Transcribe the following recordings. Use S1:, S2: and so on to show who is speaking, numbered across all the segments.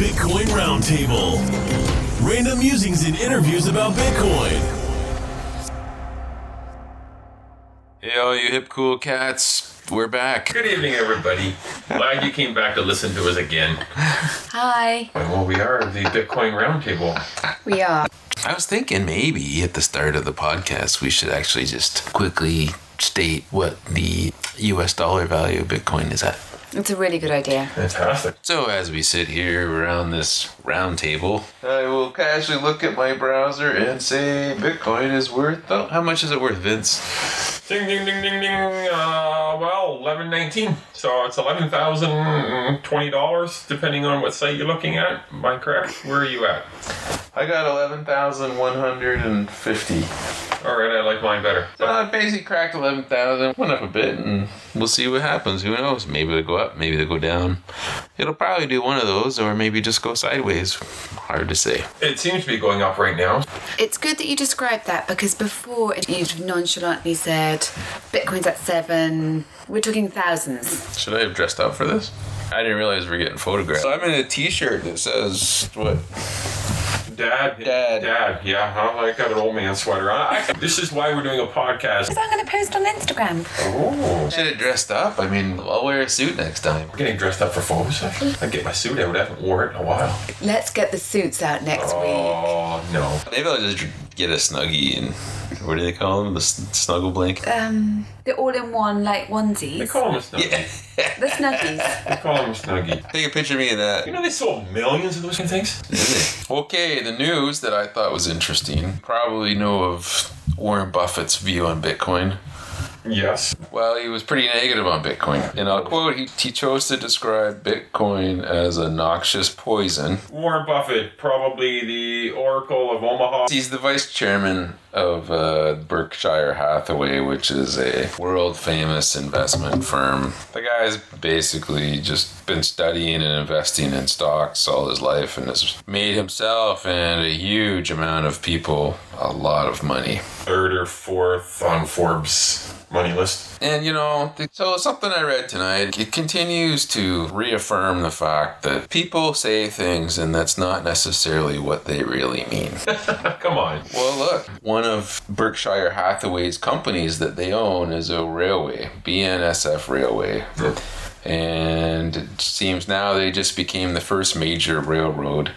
S1: Bitcoin Roundtable. Random musings and interviews about Bitcoin.
S2: Yo, you hip cool cats, we're back.
S3: Good evening, everybody. Glad you came back to listen to us again.
S4: Hi.
S3: Well, we are the Bitcoin Roundtable.
S4: We are.
S2: I was thinking maybe at the start of the podcast we should actually just quickly state what the US dollar value of Bitcoin is at.
S4: It's a really good idea.
S3: Fantastic.
S2: So as we sit here around this round table, I will casually look at my browser and say Bitcoin is worth oh, how much is it worth, Vince?
S3: Ding, ding, ding, ding, ding. Uh, well, eleven nineteen. So it's eleven thousand twenty dollars, depending on what site you're looking at. Am I correct? Where are you at?
S2: I got eleven thousand one hundred and fifty.
S3: All right, I like mine better.
S2: So I basically cracked 11,000, went up a bit, and we'll see what happens. Who knows? Maybe it'll go up, maybe it'll go down. It'll probably do one of those, or maybe just go sideways. Hard to say.
S3: It seems to be going up right now.
S4: It's good that you described that because before it- you'd nonchalantly said Bitcoin's at seven. We're talking thousands.
S2: Should I have dressed up for this? I didn't realize we are getting photographed. So I'm in a t shirt that says, what?
S3: Dad.
S2: Dad.
S3: Dad. Yeah. Huh? I got an old man sweater. I, I- this is why we're doing a podcast.
S4: Because I'm going to post on Instagram.
S3: Oh.
S2: Should have dressed up. I mean, I'll wear a suit next time.
S3: I'm getting dressed up for photo session. I get my suit out. I haven't worn it in a while.
S4: Let's get the suits out next week.
S3: Oh no.
S2: Maybe I'll just get a snuggie and what do they call them? The s- snuggle blanket?
S4: Um, the all-in-one like
S3: They
S4: onesies.
S3: call them a snuggie.
S2: Yeah.
S4: The snuggies.
S3: They call them a snuggie.
S2: Take a picture of me in that.
S3: You know they sold millions of those kind of things.
S2: Okay, the news that I thought was interesting. Probably know of Warren Buffett's view on Bitcoin.
S3: Yes.
S2: Well, he was pretty negative on Bitcoin. And I'll quote, he, he chose to describe Bitcoin as a noxious poison.
S3: Warren Buffett, probably the Oracle of Omaha.
S2: He's the vice chairman of uh, Berkshire Hathaway, which is a world famous investment firm. The guy's basically just been studying and investing in stocks all his life and has made himself and a huge amount of people a lot of money.
S3: Third or fourth on Forbes money list.
S2: And you know, th- so something I read tonight, it continues to reaffirm the fact that people say things and that's not necessarily what they really mean.
S3: Ah, Come on.
S2: well, look, one of Berkshire Hathaway's companies that they own is a railway, BNSF Railway. And it seems now they just became the first major railroad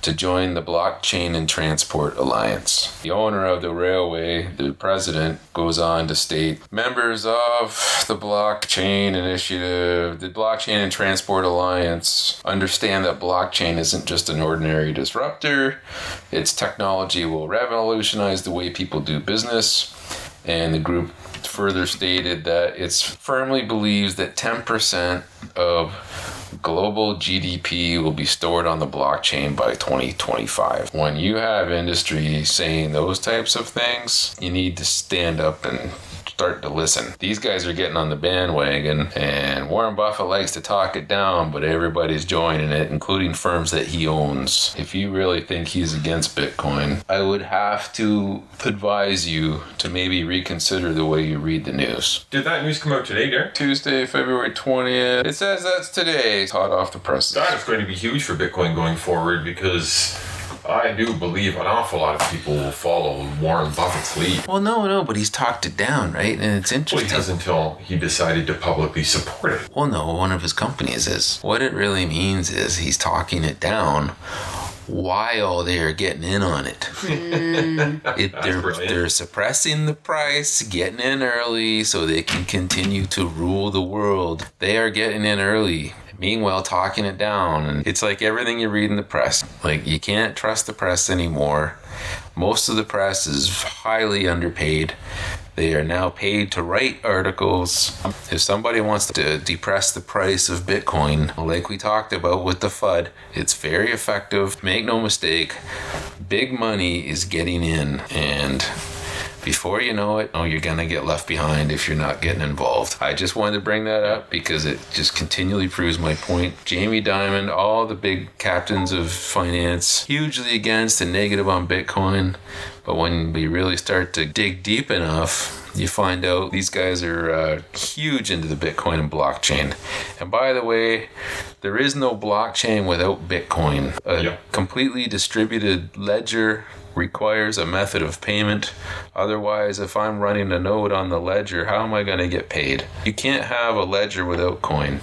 S2: to join the Blockchain and Transport Alliance. The owner of the railway, the president, goes on to state members of the Blockchain Initiative, the Blockchain and Transport Alliance understand that blockchain isn't just an ordinary disruptor, its technology will revolutionize the way people do business. And the group further stated that it firmly believes that 10% of global GDP will be stored on the blockchain by 2025. When you have industry saying those types of things, you need to stand up and start to listen. These guys are getting on the bandwagon, and Warren Buffett likes to talk it down, but everybody's joining it, including firms that he owns. If you really think he's against Bitcoin, I would have to advise you to maybe reconsider the way you read the news.
S3: Did that news come out today, Derek?
S2: Tuesday, February 20th. It says that's today. It's hot off the presses.
S3: That is going to be huge for Bitcoin going forward because I do believe an awful lot of people will follow Warren Buffett's lead.
S2: Well, no, no, but he's talked it down, right? And it's
S3: Well, he
S2: interesting.
S3: does until he decided to publicly support it.
S2: Well, no, one of his companies is. What it really means is he's talking it down while they're getting in on it. it they're,
S3: brilliant.
S2: they're suppressing the price, getting in early so they can continue to rule the world. They are getting in early. Meanwhile, talking it down. And it's like everything you read in the press. Like, you can't trust the press anymore. Most of the press is highly underpaid. They are now paid to write articles. If somebody wants to depress the price of Bitcoin, like we talked about with the FUD, it's very effective. Make no mistake, big money is getting in, and before you know it, oh, you're going to get left behind if you're not getting involved. I just wanted to bring that up because it just continually proves my point. Jamie Dimon, all the big captains of finance, hugely against and negative on Bitcoin. But when we really start to dig deep enough, you find out these guys are uh, huge into the Bitcoin and blockchain. And by the way, there is no blockchain without Bitcoin. Uh, A
S3: Yeah.
S2: completely distributed ledger requires a method of payment. Otherwise, if I'm running a node on the ledger, how am I going to get paid? You can't have a ledger without coin.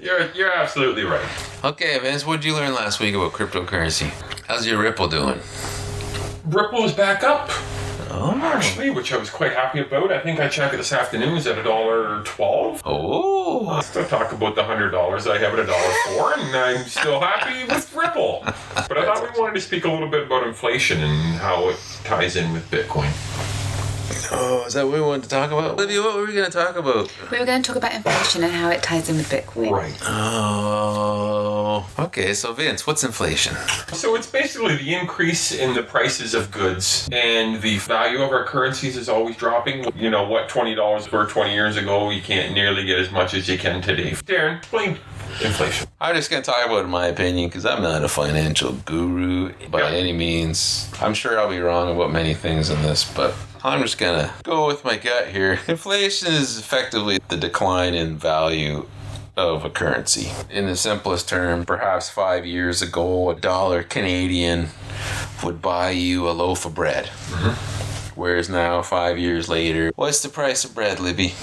S3: You're you're absolutely right.
S2: Okay, Vince, what did you learn last week about cryptocurrency? How's your Ripple doing?
S3: Ripple is back up. Actually, which I was quite happy about. I think I checked it this afternoon. It's at a dollar twelve.
S2: Oh.
S3: Still talk about the hundred dollars I have at a dollar four, and I'm still happy with Ripple. But I thought we wanted to speak a little bit about inflation and how it ties in with Bitcoin.
S2: Oh, is that what we wanted to talk about? Olivia, what were we going to talk about?
S4: We were going to talk about inflation and how it ties in with Bitcoin.
S2: Oh. Okay, so Vince, what's inflation?
S3: So it's basically the increase in the prices of goods and the value of our currencies is always dropping. You know what twenty dollars were twenty years ago, you can't nearly get as much as you can today. Darren, explain inflation.
S2: I'm just going to talk about it in my opinion because I'm not a financial guru by
S3: Yeah.
S2: any means. I'm sure I'll be wrong about many things in this, but I'm just going to go with my gut here. Inflation is effectively the decline in value of a currency. In the simplest term, perhaps five years ago, a dollar Canadian would buy you a loaf of bread. Whereas now, five years later, what's the price of bread, Libby?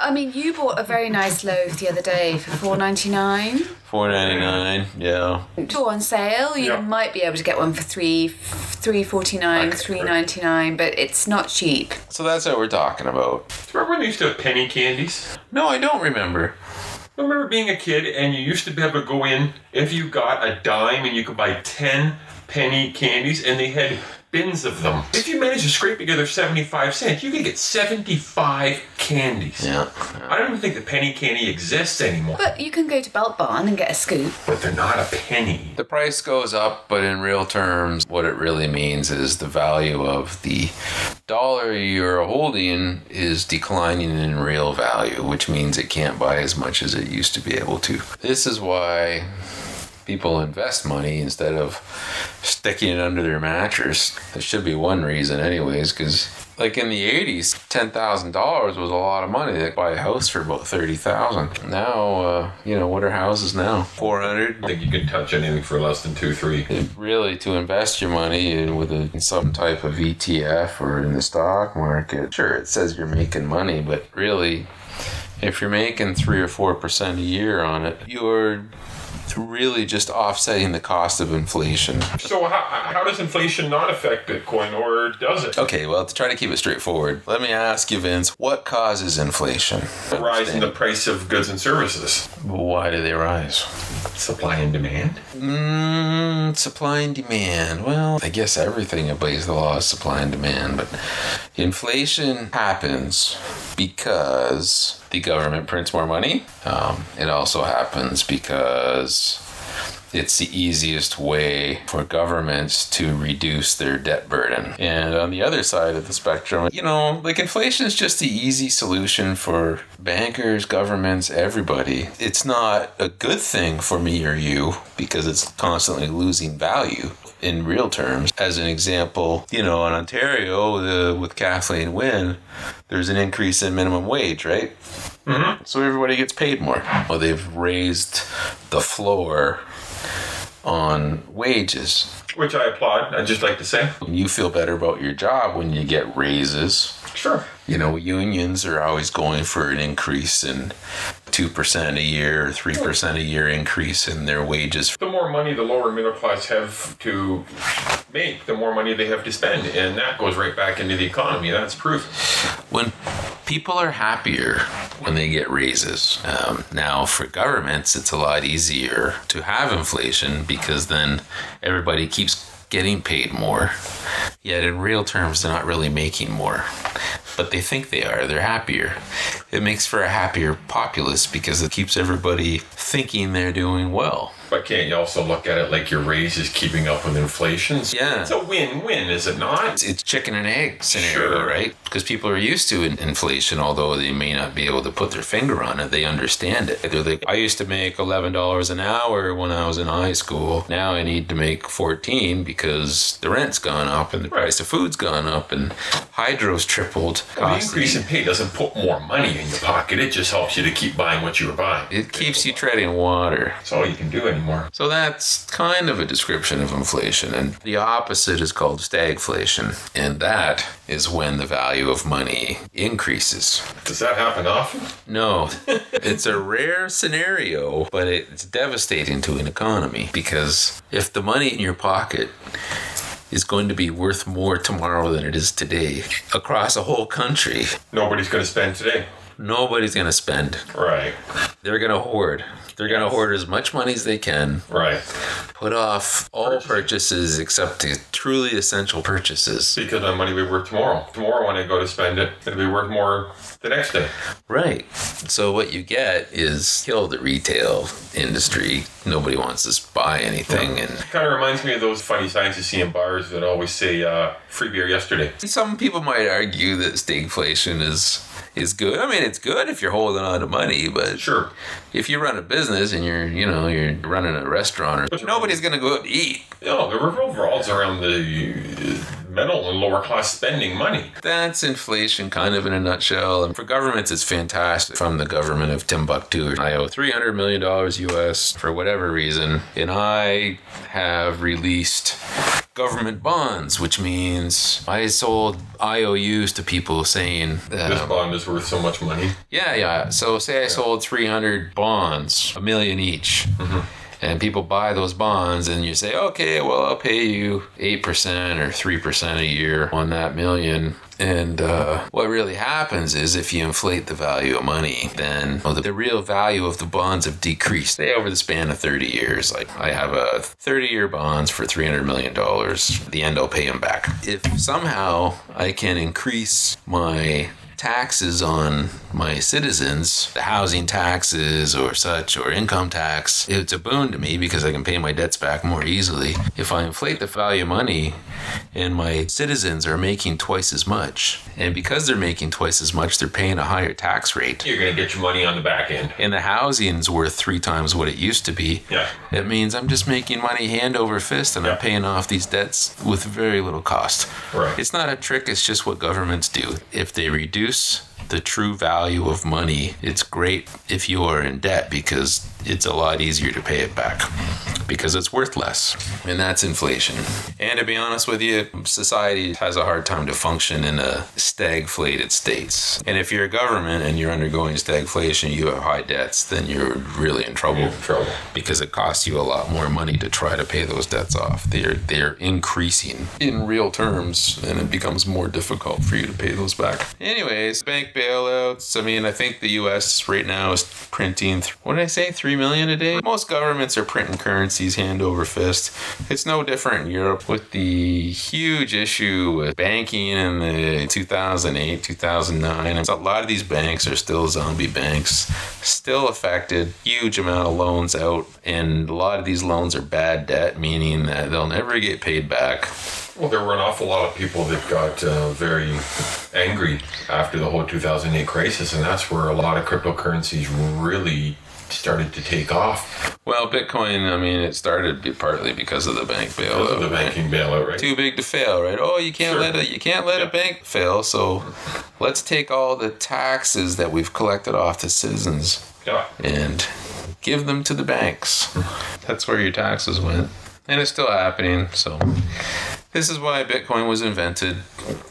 S4: I mean, you bought a very nice loaf the other day for four ninety nine.
S2: Four ninety nine. Yeah.
S4: Still on sale. You
S3: Yeah.
S4: might be able to get one for three, three forty nine,
S3: Okay.
S4: three ninety nine, but it's not cheap.
S2: So that's what we're talking about.
S3: Remember when they used to have penny candies?
S2: No, I don't remember.
S3: I remember being a kid and you used to be able to go in if you got a dime and you could buy 10 penny candies and they had bins of them. If you managed to scrape together 75 cents, you could get 75 candies.
S2: Yeah.
S3: I don't even think the penny candy exists anymore.
S4: But you can go to Belt Barn and get a scoop.
S3: But they're not a penny.
S2: The price goes up, but in real terms, what it really means is the value of the dollar you're holding is declining in real value, which means it can't buy as much as it used to be able to. This is why people invest money instead of sticking it under their mattress. There should be one reason, anyways, because like in the 80s, $10,000 was a lot of money. They could buy a house for about 30000 Now, uh, you know, what are houses now? 400
S3: I think you can touch anything for less than 2 3.
S2: really to invest your money in with a, in some type of ETF or in the stock market. Sure, it says you're making money, but really, if you're making three or four percent a year on it, you're really just offsetting the cost of inflation.
S3: So, how, how does inflation not affect Bitcoin, or does it?
S2: Okay, well, to try to keep it straightforward, let me ask you, Vince, what causes inflation?
S3: The rise in the price of goods and services,
S2: Why do they rise?
S3: supply and demand.
S2: Mm, supply and demand. Well, I guess everything obeys the law of supply and demand, but inflation happens because the government prints more money. Um, it also happens because it's the easiest way for governments to reduce their debt burden. And on the other side of the spectrum, you know, like inflation is just the easy solution for bankers, governments, everybody. It's not a good thing for me or you because it's constantly losing value in real terms. As an example, you know, in Ontario the, with Kathleen Wynne, there's an increase in minimum wage, right? So everybody gets paid more. Well, they've raised the floor on wages.
S3: Which I applaud, I'd just like to say.
S2: You feel better about your job when you get raises.
S3: Sure.
S2: You know, unions are always going for an increase in 2% a year, 3% a year increase in their wages.
S3: the more money the lower middle class have to make, the more money they have to spend, and that goes right back into the economy. That's proof.
S2: When people are happier when they get raises, um, now for governments, it's a lot easier to have inflation because then everybody keeps getting paid more. Yet in real terms, they're not really making more. but they think they are. They're happier. It makes for a happier populace because it keeps everybody thinking they're doing well.
S3: But can't you also look at it like your raise is keeping up with inflation?
S2: Yeah.
S3: It's a win-win, is it not?
S2: It's chicken and egg scenario,
S3: Sure.
S2: right? Because people are used to in- inflation, although they may not be able to put their finger on it, they understand it. They're like, I used to make $11 an hour when I was in high school. Now I need to make 14 because the rent's gone up and the price of food's gone up and hydro's tripled.
S3: The
S2: Costs-
S3: increase in pay doesn't put more money in your pocket. It just helps you to keep buying what you were buying.
S2: It keeps you treading water.
S3: That's all you can do anymore.
S2: So that's kind of a description of inflation. And the opposite is called stagflation. And that is when the value of money increases.
S3: Does that happen often?
S2: No, it's a rare scenario, but it's devastating to an economy because if the money in your pocket is going to be worth more tomorrow than it is today across a whole country,
S3: Nobody's going to spend today.
S2: nobody's going to spend.
S3: Right.
S2: They're going to hoard. They're going to hoard as much money as they can,
S3: Right.
S2: put off all purchases except the truly essential purchases.
S3: Because that money will be worth tomorrow. Tomorrow when I go to spend it, it'll be worth more the next day.
S2: Right. So what you get is kill the retail industry. Nobody wants to buy anything and
S3: Kind of reminds me of those funny signs you see in bars that always say uh, "free beer yesterday."
S2: Some people might argue that stagflation is is good. I mean, it's good if you're holding on to money, but
S3: Sure.
S2: if you run a business and you're, you know, you're running a restaurant, or, nobody's going to go out to eat.
S3: No, the revolves around the uh, middle and lower class spending money.
S2: That's inflation, kind of in a nutshell. And for governments, it's fantastic. From the government of Timbuktu, I owe $300 million US for whatever reason. And I have released government bonds, which means I sold IOUs to people saying um, that.
S3: This bond is worth so much money.
S2: Yeah, yeah. So say I sold 300 bonds, a million each. And people buy those bonds, and you say, okay, well, I'll pay you 8% or 3% a year on that million. And uh, what really happens is if you inflate the value of money, then well, the, the real value of the bonds have decreased. Say over the span of 30 years, like I have a 30 year bonds for $300 million. At the end, I'll pay them back. If somehow I can increase my taxes on my citizens, the housing taxes or such, or income tax, it's a boon to me because I can pay my debts back more easily. If I inflate the value of money and my citizens are making twice as much, and because they're making twice as much, they're paying a higher tax rate.
S3: You're going to get your money on the back end.
S2: And the housing's worth three times what it used to be.
S3: Yeah.
S2: It means I'm just making money hand over fist and
S3: Yeah.
S2: I'm paying off these debts with very little cost.
S3: Right.
S2: It's not a trick, it's just what governments do. If they reduce the true value of money, it's great if you are in debt because it's a lot easier to pay it back because it's worth less. And that's inflation. And to be honest with you, society has a hard time to function in a stagflated states. And if you're a government and you're undergoing stagflation, you have high debts, then you're really in trouble
S3: Trouble.
S2: because it costs you a lot more money to try to pay those debts off. They're they're increasing in real terms, and it becomes more difficult for you to pay those back. Anyways, bank bailouts. I mean, I think the U.S. right now is printing. th- What did I say? Three million a day. Most governments are printing currencies hand over fist. It's no different in Europe with the huge issue with banking in the 2008, 2009. And a lot of these banks are still zombie banks, still affected. Huge amount of loans out, and a lot of these loans are bad debt, meaning that they'll never get paid back.
S3: Well, there were an awful lot of people that got uh, very angry after the whole 2008 crisis, and that's where a lot of cryptocurrencies really started to take off
S2: Well, Bitcoin. I mean, it started be- partly because of the bank
S3: because
S2: bailout.
S3: of the banking bailout, right?
S2: too big to fail, right? Oh, you can't
S3: Sure.
S2: let a you can't let a bank fail. So let's take all the taxes that we've collected off the citizens
S3: Yeah.
S2: and give them to the banks. That's where your taxes went. And it's still happening. So, this is why Bitcoin was invented.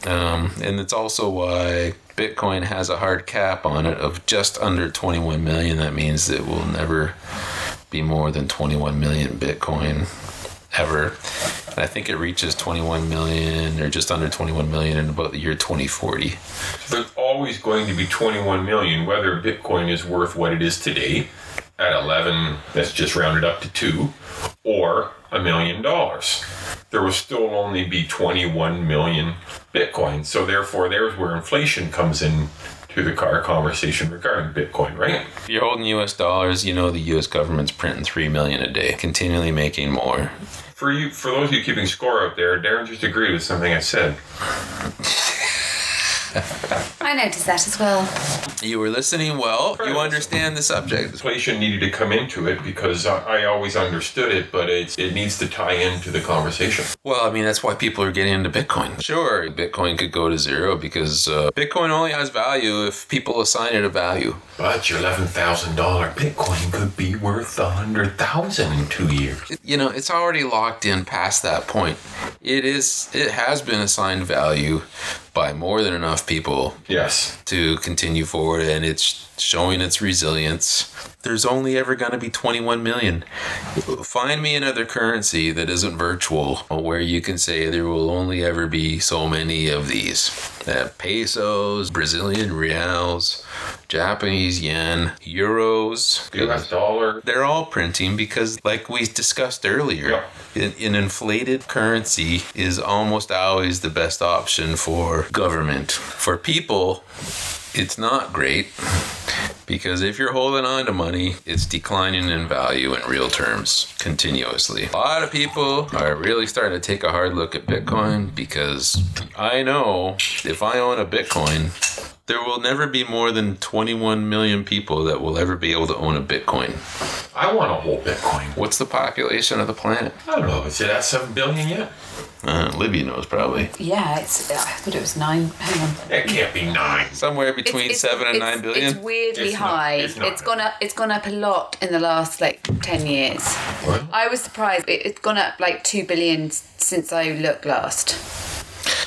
S2: Um, and it's also why Bitcoin has a hard cap on it of just under 21 million. That means it will never be more than 21 million Bitcoin ever. And I think it reaches 21 million or just under 21 million in about the year 2040.
S3: There's always going to be 21 million, whether Bitcoin is worth what it is today at 11, that's just rounded up to two, or a million dollars. there will still only be 21 million Bitcoin. So therefore, there's where inflation comes in to the car conversation regarding Bitcoin, right?
S2: You're holding U.S. dollars. You know the U.S. government's printing three million a day, continually making more.
S3: For you, for those of you keeping score out there, Darren just agreed with something I said.
S4: I noticed that as well.
S2: You were listening well. You understand the subject.
S3: Inflation needed to come into it because I, I always understood it, but it's, it needs to tie into the conversation.
S2: Well, I mean, that's why people are getting into Bitcoin. Sure, Bitcoin could go to zero because uh, Bitcoin only has value if people assign it a value.
S3: But your eleven thousand dollar Bitcoin could be worth a hundred thousand in two years.
S2: You know, it's already locked in past that point. It is. It has been assigned value by more than enough people
S3: Yes.
S2: to continue forward and it's showing its resilience. There's only ever going to be 21 million. Find me another currency that isn't virtual where you can say there will only ever be so many of these. Uh, pesos, Brazilian reals, Japanese yen, euros.
S3: U.S. dollar.
S2: They're all printing because, like we discussed earlier, an, an inflated currency is almost always the best option for government. For people, it's not great because if you're holding on to money, it's declining in value in real terms continuously. A lot of people are really starting to take a hard look at Bitcoin because I know if I own a Bitcoin, there will never be more than 21 million people that will ever be able to own a Bitcoin.
S3: I want a whole Bitcoin.
S2: What's the population of the planet?
S3: I don't know. Is it at seven billion yet?
S2: Uh, Libby knows probably.
S4: Yeah, it's. I thought it was nine. Hang on.
S3: That can't be nine.
S2: Somewhere between
S4: It's- it's-
S2: seven and
S4: it's-
S2: nine billion.
S4: It's weirdly
S3: It's not-
S4: high.
S3: it's not.
S4: it's gone up. It's gone up a lot in the last like ten years.
S3: What?
S4: I was surprised. It, it's gone up like two billion s- since I looked last.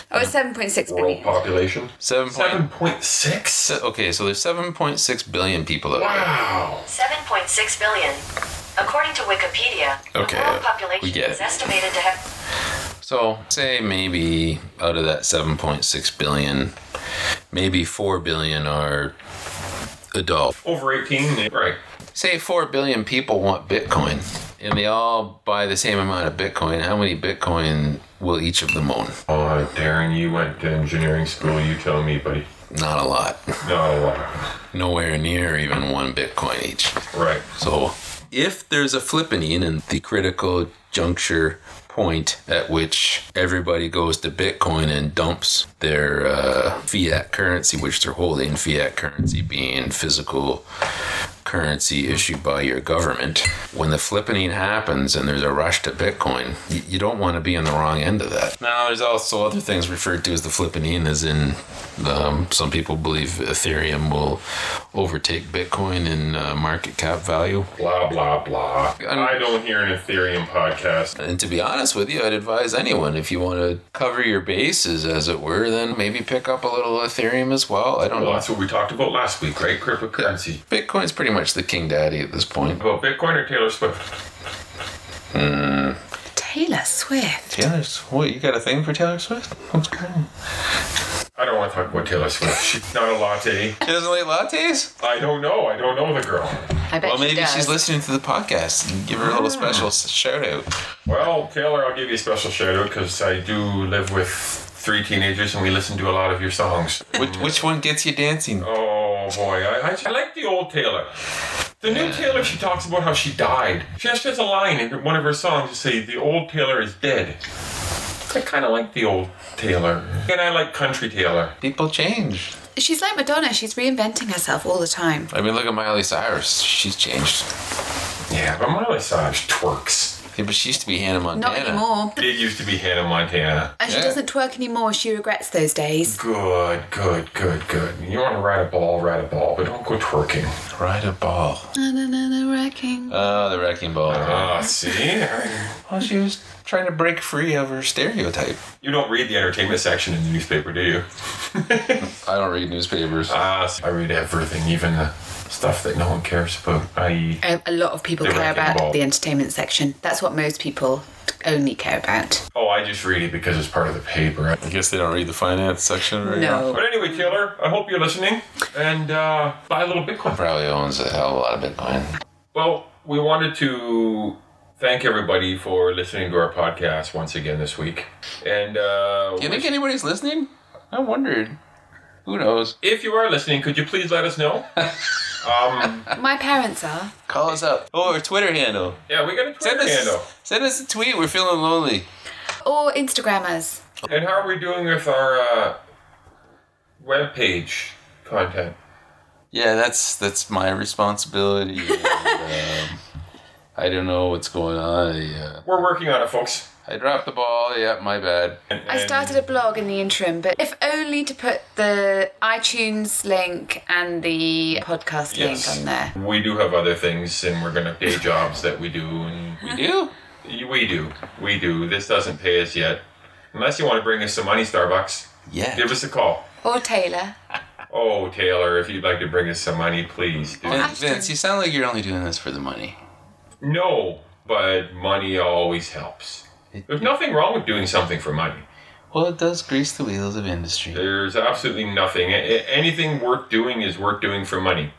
S4: Oh, it's seven point six
S3: World
S4: billion.
S3: population.
S2: Seven
S3: Seven
S2: point.
S3: point six.
S2: se- Okay, so there's 7.6 billion people out there.
S3: Wow.
S5: 7.6 billion. According to Wikipedia,
S2: Okay,
S5: the world population
S2: we get it.
S5: is estimated to have
S2: So say maybe out of that 7.6 billion, maybe 4 billion are adult.
S3: Over eighteen. eh? Right.
S2: Say 4 billion people want Bitcoin and they all buy the same amount of Bitcoin. How many Bitcoin will each of them own?
S3: Oh, Darren, you went to engineering school. You tell me, buddy.
S2: Not a lot.
S3: No. uh,
S2: Nowhere near even one Bitcoin each.
S3: Right.
S2: So if there's a flipping and the critical juncture point at which everybody goes to Bitcoin and dumps their uh, fiat currency, which they're holding, fiat currency being physical currency issued by your government, when the flipping happens and there's a rush to Bitcoin, y- you don't want to be on the wrong end of that. Now, there's also other things referred to as the flipping as in um, some people believe Ethereum will overtake Bitcoin in uh, market cap value.
S3: Blah blah blah.
S2: I'm-
S3: I don't hear an Ethereum podcast.
S2: And to be honest with you, I'd advise anyone if you want to cover your bases, as it were, then maybe pick up a little Ethereum as well. I don't
S3: Well,
S2: know.
S3: that's what we talked about last week, right? Cryptocurrency.
S2: Bitcoin's pretty much the king daddy at this point.
S3: About Bitcoin or Taylor Swift?
S4: Taylor Swift.
S2: Taylor Swift, you got a thing for Taylor Swift?
S3: I don't want to talk about Taylor Swift. She's not a latte.
S2: She doesn't like lattes?
S3: I don't know. I don't know the girl.
S4: I bet
S2: Well,
S4: she
S2: maybe
S4: does.
S2: she's listening to the podcast. and Give her a little special s- shout out.
S3: Well, Taylor, I'll give you a special shout out because I do live with three teenagers and we listen to a lot of your songs.
S2: Which, which one gets you dancing?
S3: Oh boy, I, I, I like the old Taylor. The new Taylor, she talks about how she died. She just has a line in one of her songs to say, "The old Taylor is dead." I kind of like the old Taylor, and I like country Taylor.
S2: People change.
S4: She's like Madonna. She's reinventing herself all the time.
S2: I mean, look at Miley Cyrus. She's changed.
S3: Yeah, but Miley Cyrus twerks.
S2: Yeah, but she used to be Hannah Montana.
S4: Not anymore.
S3: It used to be Hannah Montana.
S4: And she
S2: Yeah.
S4: doesn't twerk anymore. She regrets those days.
S3: Good, good, good, good. You want to ride a ball, ride a ball, but don't go twerking.
S2: Ride a ball.
S4: Na, na, na, na, wrecking.
S2: Ah, the wrecking ball.
S3: Ah, see,
S2: Well, she was trying to break free of her stereotype.
S3: you don't read the entertainment section in the newspaper, do you?
S2: I don't read newspapers.
S3: Ah, see, I read everything, even the stuff that no one cares about. I
S4: Um, A, a lot of people
S3: The
S4: care
S3: wrecking
S4: about
S3: ball.
S4: the entertainment section. That's what most people only care about.
S3: Oh, I just read it because it's part of the paper.
S2: I guess they don't read the finance section right
S4: No.
S3: But anyway, Taylor, I hope you're listening and uh, buy a little Bitcoin.
S2: Probably owns a hell of a lot of Bitcoin.
S3: Well, we wanted to thank everybody for listening to our podcast once again this week. And uh,
S2: Do you think anybody's listening? I wondered. Who knows?
S3: if you are listening, could you please let us know? um,
S4: My parents are.
S2: Call us up. Oh, our Twitter handle.
S3: yeah, we got a Twitter
S2: Send us,
S3: handle.
S2: send us a tweet. We're feeling lonely.
S4: Or Instagrammers.
S3: And how are we doing with our uh, webpage content?
S2: Yeah, that's that's my responsibility. and, um, I don't know what's going on. Yeah.
S3: We're working on it, folks.
S2: I dropped the ball. Yeah, my bad.
S3: And,
S4: I
S3: and-
S4: started a blog in the interim, but if only to put the iTunes link and the podcast
S3: Yes.
S4: link on there.
S3: We do have other things, and we're gonna day jobs that we do, and we-
S2: You?
S3: we do, we do. This doesn't pay us yet, unless you want to bring us some money, Starbucks.
S2: Yeah.
S3: Give us a call.
S4: Or Taylor.
S3: Oh, Taylor, if you'd like to bring us some money, please do.
S2: Vin- Vince, you sound like you're only doing this for the money.
S3: No, but money always helps. There's nothing wrong with doing something for money.
S2: Well, it does grease the wheels of industry.
S3: There's absolutely nothing. A- a- Anything worth doing is worth doing for money.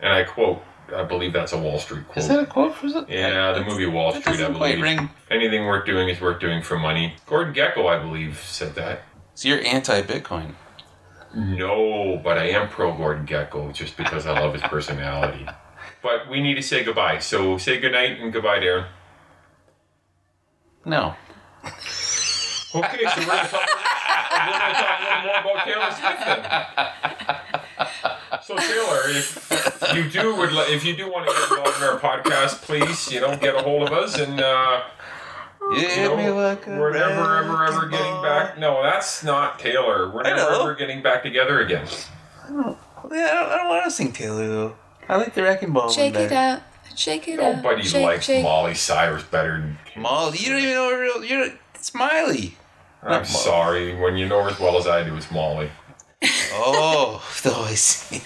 S3: And I quote, I believe that's a Wall Street quote.
S2: Is that a quote from something?
S3: yeah, the movie Wall
S2: That
S3: Street, I
S2: doesn't quite
S3: believe.
S2: ring.
S3: Anything worth doing is worth doing for money. Gordon Gecko, I believe, said that.
S2: So you're anti-Bitcoin. Mm-hmm.
S3: No, but I am pro Gordon Gecko just because I love his personality. But we need to say goodbye. So say goodnight and goodbye, Darren.
S2: No.
S3: Okay, so we're gonna talk, we're gonna talk a little more about Taylor Swift then. So Taylor, if you do would li- if you do want to get involved in our podcast, please you know get a hold of us and uh, you know,
S2: Give me like a
S3: we're never ever ever
S2: wrecking
S3: getting
S2: ball.
S3: back. No, that's not Taylor. We're never
S2: know.
S3: ever getting back together again.
S2: Yeah, I don't, I don't want to sing Taylor. though. I like the wrecking ball.
S4: Shake
S2: one
S4: it
S2: better.
S4: out. Shake it out.
S3: Nobody
S4: shake,
S3: likes
S4: shake.
S3: Molly Cyrus better. Than Taylor.
S2: Maul, you don't even know a real. You're Smiley.
S3: I'm sorry. When you know her as well as I do, it's Molly.
S2: Oh, though I see.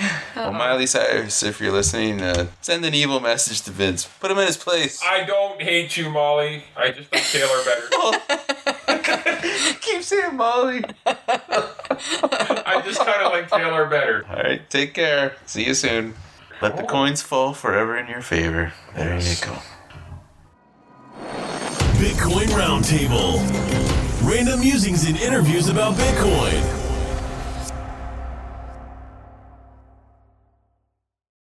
S4: Oh.
S2: Well, Miley Cyrus, if you're listening, uh, send an evil message to Vince. Put him in his place.
S3: I don't hate you, Molly. I just like Taylor better.
S2: keep saying Molly.
S3: I just kind of like Taylor better.
S2: All right, take care. See you soon. Let the
S3: Oh.
S2: coins fall forever in your favor. There you go.
S1: Bitcoin Roundtable. Random musings and interviews about Bitcoin.